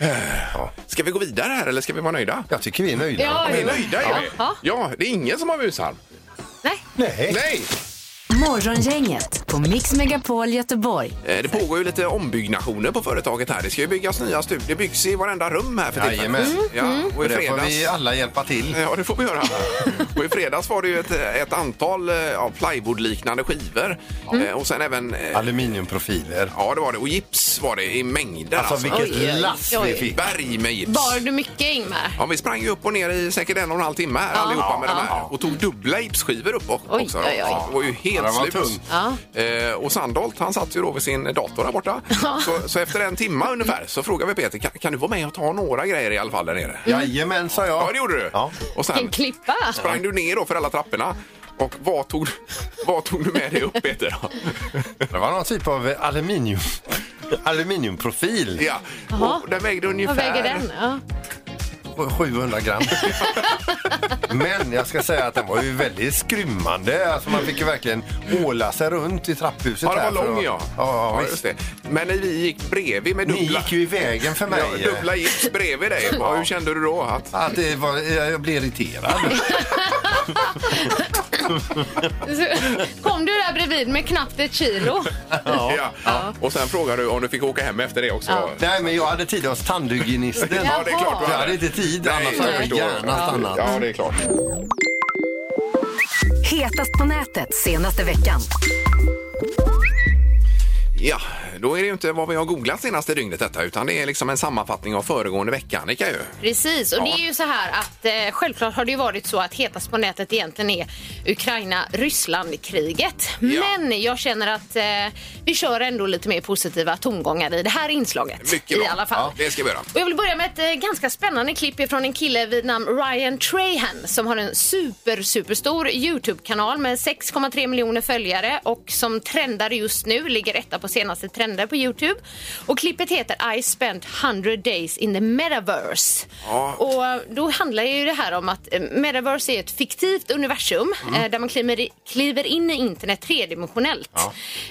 Speaker 4: Eh, Ska vi gå vidare här eller ska vi vara nöjda?
Speaker 5: Jag tycker vi är nöjda.
Speaker 6: Ja,
Speaker 4: Vi är
Speaker 6: jo.
Speaker 4: nöjda är vi.
Speaker 6: Ja.
Speaker 4: Ja, det är ingen som har musarm.
Speaker 6: Nej.
Speaker 5: Nej.
Speaker 4: Nej!
Speaker 3: Morgongänget på Mix Megapol Göteborg.
Speaker 4: Eh, Det pågår ju lite ombyggnationer på företaget här. Det ska ju byggas nya stugor. Det byggs i varenda rum här för tillfället. Mm,
Speaker 5: Jajamän. Mm.
Speaker 4: Ja, och i
Speaker 5: Och där får
Speaker 4: fredags... Eh,
Speaker 5: vi alla hjälpa till.
Speaker 4: Ja, det får vi göra. Och I fredags var det ju ett, ett antal eh, ja, plywoodliknande skivor.
Speaker 5: Mm.
Speaker 4: Eh, Och sen även... eh,
Speaker 5: Aluminiumprofiler.
Speaker 4: Ja, det var det. Och gips var det i mängder.
Speaker 5: Alltså
Speaker 6: Oj, oj,
Speaker 5: vilket lass
Speaker 6: oj.
Speaker 5: vi fick.
Speaker 4: Berg med gips.
Speaker 6: Bar du mycket Ingmar?
Speaker 4: Ja, vi sprang ju upp och ner i säkert en och en halv timme här, allihopa med de här. Och tog dubbla gipsskivor upp och-
Speaker 6: Oj,
Speaker 4: också.
Speaker 6: oj, oj.
Speaker 4: Ja, Det var ju helt
Speaker 5: Ja, det var
Speaker 4: slut.
Speaker 5: tungt.
Speaker 4: Eh, och Sandholt, han satt ju då vid sin dator där borta. Så, så efter en timme ungefär så frågade vi Peter, kan, kan du vara med och ta några grejer i alla fall där nere?
Speaker 5: Jajamän, sa
Speaker 4: Ja,
Speaker 5: jag.
Speaker 4: det gjorde du.
Speaker 5: Ja.
Speaker 4: Och sen
Speaker 6: Vilken klippa!
Speaker 4: sprang du ner då för alla trapporna. Och vad tog, vad tog du med dig upp, Peter?
Speaker 5: Det var någon typ av aluminium. Aluminiumprofil.
Speaker 4: ja. Och den vägde ungefär...
Speaker 6: Vad väger den? Ja.
Speaker 5: 700 gram. Men jag ska säga att den var ju väldigt skrymmande. Alltså man fick ju verkligen åla sig runt i trapphuset.
Speaker 4: Ja, den
Speaker 5: där
Speaker 4: var
Speaker 5: för
Speaker 4: lång,
Speaker 5: att-
Speaker 4: ja.
Speaker 5: Ja,
Speaker 4: Ja,
Speaker 5: visst.
Speaker 4: just det. Men vi gick bredvid med
Speaker 5: Ni
Speaker 4: dubbla...
Speaker 5: gick ju i vägen för mig.
Speaker 4: Ja, dubbla gips bredvid dig. Ja. Hur kände du då? Att,
Speaker 5: Att det var, jag jag blev irriterad.
Speaker 6: Så- Kom du där bredvid med knappt ett kilo?
Speaker 4: ja. Och sen frågade du om du fick åka hem efter det också. Ja,
Speaker 5: Nej, men jag hade tid hos tandhygienisten.
Speaker 6: Ja, det är klart du
Speaker 5: jag
Speaker 4: hade.
Speaker 5: hade inte tid,
Speaker 4: Nej,
Speaker 5: annars
Speaker 4: jag
Speaker 5: hade jag
Speaker 4: förstår.
Speaker 5: gärna stannat.
Speaker 4: Ja, det är klart.
Speaker 3: Hetast på nätet senaste veckan.
Speaker 4: Ja, då är det ju inte vad vi har googlat senaste dygnet detta utan det är liksom en sammanfattning av föregående vecka, Annika ju.
Speaker 6: Precis, och det är ju så här att eh, självklart har det ju varit så att hetast på nätet egentligen är Ukraina-Ryssland-kriget.
Speaker 4: Ja.
Speaker 6: Men jag känner att eh, vi kör ändå lite mer positiva tongångar i det här inslaget.
Speaker 4: Mycket bra.
Speaker 6: I alla fall.
Speaker 4: Ja, det ska vi göra.
Speaker 6: Och jag vill börja med ett eh, ganska spännande klipp från en kille vid namn Ryan Trahan som har en super, superstor Youtube-kanal med 6,3 miljoner följare och som trendar just nu, ligger etta på på senaste trender på Youtube. Och klippet heter I spent 100 days in the metaverse.
Speaker 4: Ja.
Speaker 6: Och då handlar ju det här om att eh, metaverse är ett fiktivt universum eh, där man kliver, i- kliver in i internet tredimensionellt.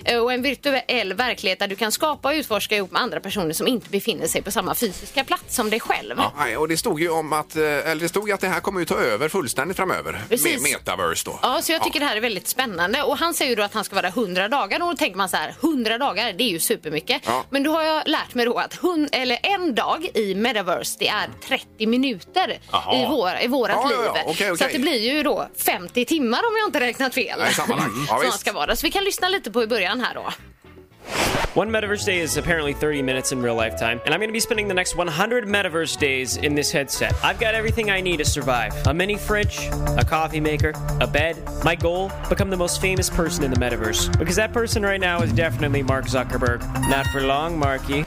Speaker 6: Eh, Och en virtuell verklighet där du kan skapa och utforska ihop med andra personer som inte befinner sig på samma fysiska plats som dig själv.
Speaker 4: Nej, och det stod ju om att, eh, eller det stod ju att det här kommer ju ta över fullständigt framöver.
Speaker 6: Precis.
Speaker 4: Med metaverse då.
Speaker 6: Ja, så jag tycker det här är väldigt spännande. Och han säger ju då att han ska vara där 100 dagar. Och då tänker man så här, 100 dagar, det är ju supermycket.
Speaker 4: Ja.
Speaker 6: Men då har jag lärt mig då att hun, eller en dag i metaverse, det är 30 minuter
Speaker 5: Jaha.
Speaker 6: i, vår, i vårat
Speaker 4: Ja,
Speaker 6: liv.
Speaker 4: ja, ja. Okej,
Speaker 6: Så
Speaker 4: okej.
Speaker 6: att det blir ju då 50 timmar om jag inte räknat fel.
Speaker 4: Nej, sammanlagt. Ja,
Speaker 6: som han
Speaker 4: visst.
Speaker 6: ska vara. Så vi kan lyssna lite på i början här då.
Speaker 10: One metaverse day is apparently 30 minutes in real life time, and I'm going to be spending the next 100 metaverse days in this headset. I've got everything I need to survive a mini fridge, a coffee maker, a bed. My goal become the most famous person in the metaverse. Because that person right now is definitely Mark Zuckerberg. Not for long, Marky.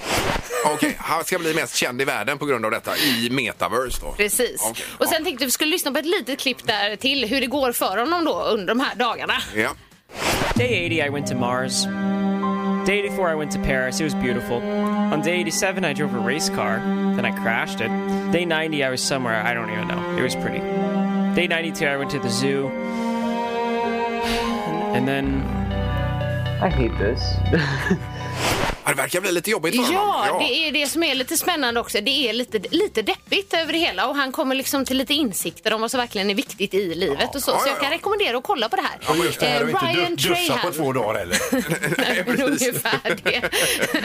Speaker 4: Okej, han ska bli mest känd i världen på grund av detta i metaverse då.
Speaker 6: Precis.
Speaker 4: Okej,
Speaker 6: och sen tänkte jag att vi skulle lyssna på ett litet klipp där till hur det går för honom då under de här dagarna.
Speaker 4: Ja.
Speaker 10: Day 80, I went to Mars. Day 84, I went to Paris. It was beautiful. On day 87, I drove a race car. Then I crashed it. Day 90, I was somewhere. I don't even know. It was pretty. Day 92, I went to the zoo. And then. I hate this.
Speaker 4: Ja, Det verkar bli lite jobbigt för
Speaker 6: Ja,
Speaker 4: honom.
Speaker 6: det är det som är lite spännande också. Det är lite, lite deppigt över det hela och han kommer liksom till lite insikter om vad som verkligen är viktigt i livet och så.
Speaker 4: Ja, ja,
Speaker 6: så jag kan
Speaker 4: ja.
Speaker 6: rekommendera att kolla på det här.
Speaker 5: Ja, men just det här
Speaker 6: Eh,
Speaker 5: och inte
Speaker 6: Ryan
Speaker 5: du- duscha på
Speaker 6: Trahan.
Speaker 5: två dagar heller.
Speaker 6: Nej, men ungefär det.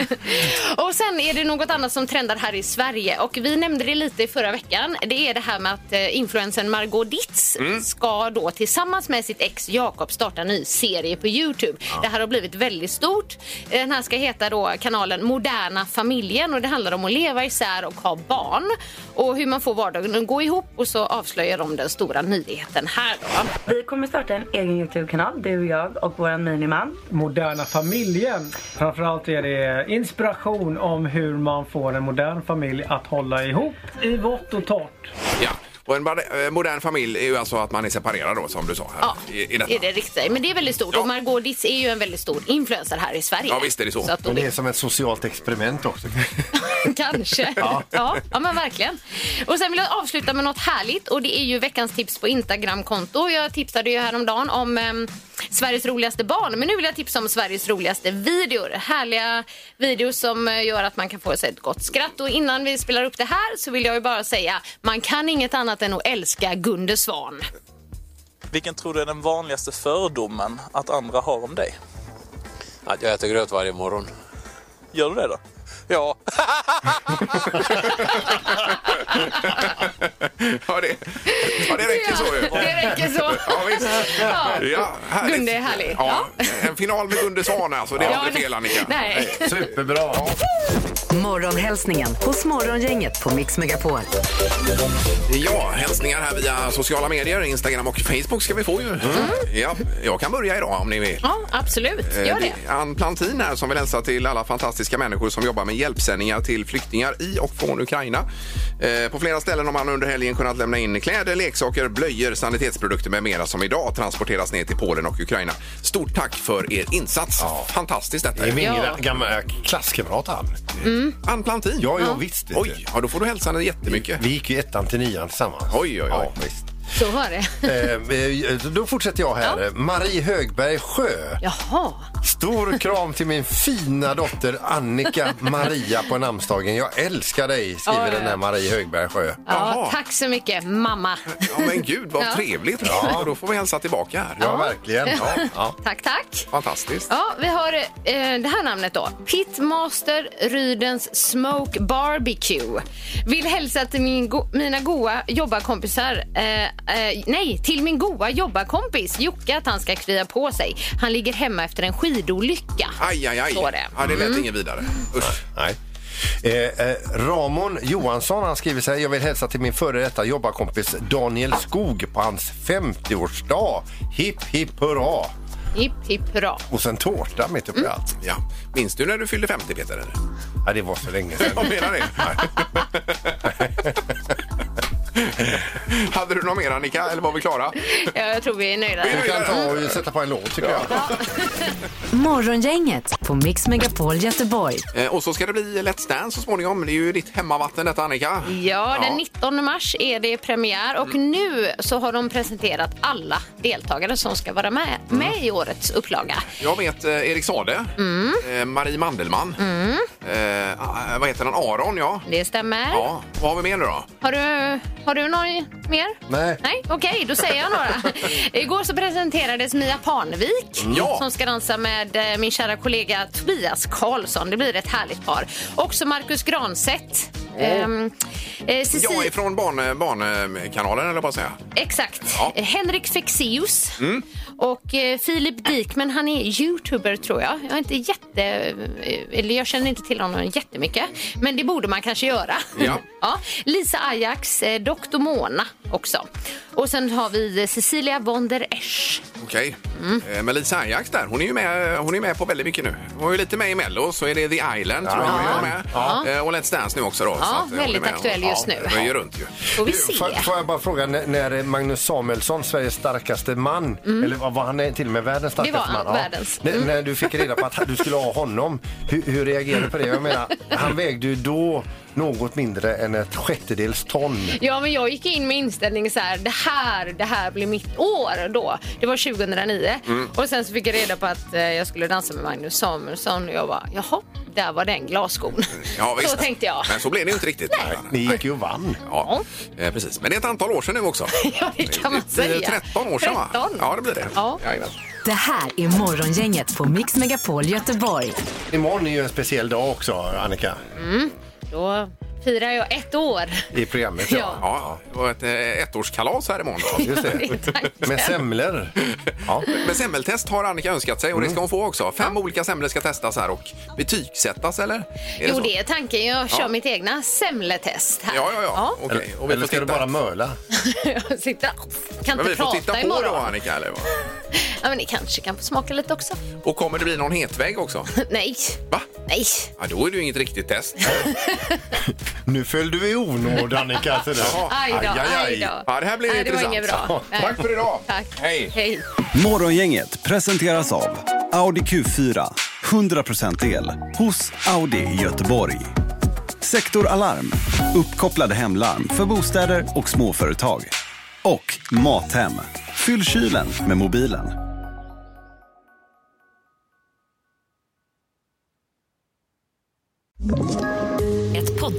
Speaker 6: och sen är det något annat som trendar här i Sverige och vi nämnde det lite i förra veckan. Det är det här med att eh, influencern Margot Ditz ska då tillsammans med sitt ex Jakob starta en ny serie på Youtube. Det här har blivit väldigt stort. Eh, Den här ska heta då kanalen Moderna familjen och det handlar om att leva isär och ha barn och hur man får vardagen att gå ihop och så avslöjar de den stora nyheten här då.
Speaker 11: Vi kommer starta en egen Youtube-kanal, du, jag och vår miniman. Moderna familjen. Framförallt är det inspiration om hur man får en modern familj att hålla ihop i vått och torrt.
Speaker 4: Ja. Och en bar- eh, modern familj är ju alltså att man är separerad då, som du sa. Här,
Speaker 6: Ja,
Speaker 4: i, i detta.
Speaker 6: är det riktigt. Men det är väldigt stort.
Speaker 4: Ja.
Speaker 6: Och Margot Ditz är ju en väldigt stor influencer här i Sverige.
Speaker 4: Ja, visst är det så.
Speaker 6: att då
Speaker 5: Men det är som ett socialt experiment också.
Speaker 6: Kanske. Ja. Ja, men verkligen. Och sen vill jag avsluta med något härligt och det är ju veckans tips på Instagramkonto. Jag tipsade ju häromdagen om em, Sveriges roligaste barn, men nu vill jag tipsa om Sveriges roligaste videor. Härliga videos som eh, gör att man kan få sig ett gott skratt. Och innan vi spelar upp det här så vill jag ju bara säga, man kan inget annat än att älska Gunde Svan.
Speaker 11: Vilken tror du är den vanligaste fördomen att andra har om dig?
Speaker 7: Att jag äter gröt varje morgon.
Speaker 11: Gör du det då?
Speaker 7: Ja.
Speaker 4: Ja, det, ja, det räcker så ju.
Speaker 6: Ja, det räcker så.
Speaker 4: Ja, visst.
Speaker 6: Ja.
Speaker 4: Ja, härligt.
Speaker 6: Gunde är härlig.
Speaker 4: Ja, en final med Gunde Svan alltså, det är aldrig fel Annika.
Speaker 6: Nej.
Speaker 5: Superbra.
Speaker 3: Morgonhälsningen hos Morgongänget på Mix Megapol.
Speaker 4: Ja, hälsningar här via sociala medier, Instagram och Facebook ska vi få
Speaker 5: Mm.
Speaker 4: ju. Ja, jag kan börja idag om ni vill.
Speaker 6: Ja, absolut. Gör
Speaker 4: Eh,
Speaker 6: det.
Speaker 4: är Ann Plantin här som vill hälsa till alla fantastiska människor som jobbar med hjälpsändningar till flyktingar i och från Ukraina. Eh, På flera ställen har man under helgen kunnat lämna in kläder, leksaker, blöjor, sanitetsprodukter med mera som idag transporteras ner till Polen och Ukraina. Stort tack för er insats. Fantastiskt detta.
Speaker 5: Det är min
Speaker 6: Ja.
Speaker 5: gamla klasskamrat han.
Speaker 4: Ann Plantin?
Speaker 5: Ja, ja, visst. vet
Speaker 4: Oj, ja, då får du hälsa henne jättemycket.
Speaker 5: Vi gick ju ettan till nian tillsammans.
Speaker 4: Oj, oj, oj.
Speaker 5: Ja, visst.
Speaker 6: Så var det.
Speaker 5: Eh, eh, Då fortsätter jag här. Marie Högberg Sjö.
Speaker 6: Jaha.
Speaker 5: Stor kram till min fina dotter Annika Maria på namnsdagen. Jag älskar dig, skriver
Speaker 6: Ja, ja, ja.
Speaker 5: den här Marie Högberg Sjö.
Speaker 4: Jaha.
Speaker 6: Ja, tack så mycket, mamma.
Speaker 4: Ja, men gud vad
Speaker 6: Ja.
Speaker 4: trevligt. Ja. Då får vi hälsa tillbaka här.
Speaker 5: Ja, verkligen. Ja. Ja.
Speaker 6: Tack, tack.
Speaker 4: Fantastiskt.
Speaker 6: Ja, vi har eh, det här namnet då. Pitmaster Rydens Smoke Barbecue. Vill hälsa till min go- mina goa jobbarkompisar. Eh, eh, nej, till min goa jobbarkompis Jocke att han ska krya på sig. Han ligger hemma efter en skidolycka.
Speaker 4: Aj, aj, aj.
Speaker 6: Så det. Mm.
Speaker 4: Ja, det lät inget vidare. Usch.
Speaker 5: Nej. Eh, eh, Ramon Johansson han skriver så här. Jag vill hälsa till min före detta jobbarkompis Daniel Skog på hans 50-årsdag. Hipp hipp hurra!
Speaker 6: Hipp, hipp, hurra.
Speaker 5: Och sen tårta mitt uppe i
Speaker 6: Mm.
Speaker 5: allt.
Speaker 4: Ja. Minns du när du fyllde 50, Peter? Eller?
Speaker 5: Ja, det var så länge sedan.
Speaker 4: Jag menar det. Hade du någon mer Annika, eller var vi klara?
Speaker 6: Ja, jag tror vi är nöjda.
Speaker 4: Vi kan
Speaker 5: ta och sätta på en låt tycker jag.
Speaker 3: Morgongänget på Mix Megapol Göteborg.
Speaker 4: Eh, Och så ska det bli Let's Dance så småningom. Det är ju ditt hemmavatten detta Annika.
Speaker 6: Ja, den 19 mars är det premiär och
Speaker 4: Mm.
Speaker 6: nu så har de presenterat alla deltagare som ska vara med,
Speaker 4: Mm.
Speaker 6: med i årets upplaga.
Speaker 4: Jag vet eh, Erik Sade,
Speaker 6: Mm.
Speaker 4: eh, Marie Mandelmann, eh, ah, vad heter han, Aron ja.
Speaker 6: Det stämmer.
Speaker 4: ja. Vad har vi mer nu då?
Speaker 6: Har, du, har du någon mer?
Speaker 4: Nej.
Speaker 6: Nej, okej, då säger jag några. Igår så presenterades Mia Parnevik
Speaker 4: Ja.
Speaker 6: som ska dansa med eh, min kära kollega Tobias Karlsson. Det blir ett härligt par. Också Markus Granset. Ehm, eh, Cecilia-
Speaker 4: Jag är från barn, eh, Barnkanalen eller vad säga.
Speaker 6: Exakt.
Speaker 4: Ja. Mm.
Speaker 6: Eh, Henrik Fexeus. Och eh, Filip Dikmen, han är youtuber tror jag. Jag är inte jätte... eh, Eller jag känner inte till honom jättemycket. Men det borde man kanske göra.
Speaker 4: Ja.
Speaker 6: Ja. Lisa Ajax, eh, Dr Mona också. Och sen har vi eh, Cecilia von der Esch.
Speaker 4: Okej.
Speaker 6: Mm.
Speaker 4: Eh, Men Lisa Ajax där, hon är ju med, hon är med på väldigt mycket nu. Hon var ju lite med i Mello, så är det The Island tror jag hon är med. Eh, Och Let's Dance nu också då. så
Speaker 6: Ja,
Speaker 4: att, eh, hon är
Speaker 6: väldigt
Speaker 4: med.
Speaker 6: aktuell just nu.
Speaker 4: Hon röjer runt ju.
Speaker 6: Får vi se.
Speaker 5: Får, får jag bara fråga, när- när Magnus Samuelsson, Sveriges starkaste man, eller vad var han är till och med världens
Speaker 6: Mm. Det var
Speaker 5: starkaste
Speaker 6: han,
Speaker 5: man?
Speaker 6: världens.
Speaker 5: När,
Speaker 6: Mm.
Speaker 5: när du fick reda på att du skulle ha honom, hur, hur reagerade du på det? Jag menar, han vägde ju då något mindre än ett sjättedels ton.
Speaker 6: Ja, men jag gick in med inställningen så här, det här, det här blir mitt år då. Det var 2009.
Speaker 5: Mm.
Speaker 6: Och sen så fick jag reda på att eh, jag skulle dansa med Magnus Samuelsson och jag bara, jaha, där var den glasskon.
Speaker 4: Ja, visst.
Speaker 6: så tänkte jag.
Speaker 4: Men så blev det ju inte riktigt. Nej.
Speaker 5: Ni gick ju och vann.
Speaker 4: Ja, eh, precis. Men det är ett antal år sedan nu också.
Speaker 6: Ja, det kan man
Speaker 4: Det är
Speaker 6: säga.
Speaker 4: 13 år sedan va?
Speaker 6: 13.
Speaker 4: Ja, det blir det.
Speaker 6: Ja.
Speaker 4: Jajamän.
Speaker 3: Det här är Morgongänget på Mix Megapol Göteborg.
Speaker 5: Imorgon är ju en speciell dag också, Annika,
Speaker 6: Mm. Då firar jag ett år.
Speaker 5: i programmet.
Speaker 6: Ja.
Speaker 4: Ja, det var ett eh, ettårskalas här imorgon. Då.
Speaker 5: Just det. Med semlor. Ja.
Speaker 4: Men semmeltest har Annika önskat sig och
Speaker 6: Mm.
Speaker 4: det ska hon få också. Fem olika semlor ska testas här och betygsättas eller? Är
Speaker 6: jo,
Speaker 4: så?
Speaker 6: det är tanken. Jag kör
Speaker 4: Ja.
Speaker 6: mitt egna semletest här.
Speaker 4: Ja, ja, ja. Okej. Och vi
Speaker 5: Eller
Speaker 4: får
Speaker 5: ska du
Speaker 4: titta.
Speaker 5: bara möla?
Speaker 6: Jag sitter, kan
Speaker 4: Men
Speaker 6: inte
Speaker 4: vi får
Speaker 6: prata
Speaker 4: titta på
Speaker 6: imorgon.
Speaker 4: då Annika eller? vad?
Speaker 6: Ja, men ni kanske kan få smaka lite också.
Speaker 4: Och kommer det bli någon hetvägg också?
Speaker 6: Nej,
Speaker 4: Va?
Speaker 6: nej.
Speaker 4: Ja, då är det ju inget riktigt test.
Speaker 5: Nu föll du i onåd, Annika. Så där.
Speaker 4: Jaha.
Speaker 6: Aj då,
Speaker 5: Aj, aj, aj.
Speaker 6: aj då.
Speaker 4: Ja, det här blir
Speaker 6: Nej, det var
Speaker 4: intressant.
Speaker 6: inget bra. Nej.
Speaker 4: Tack för idag.
Speaker 6: Tack.
Speaker 4: Hej.
Speaker 6: Hej.
Speaker 12: Morgongänget presenteras av Audi Q4. 100% el hos Audi Göteborg. Sektor Alarm. Uppkopplade hemlarm för bostäder och småföretag. Och Mathem. Fyll kylen med mobilen.
Speaker 3: Ett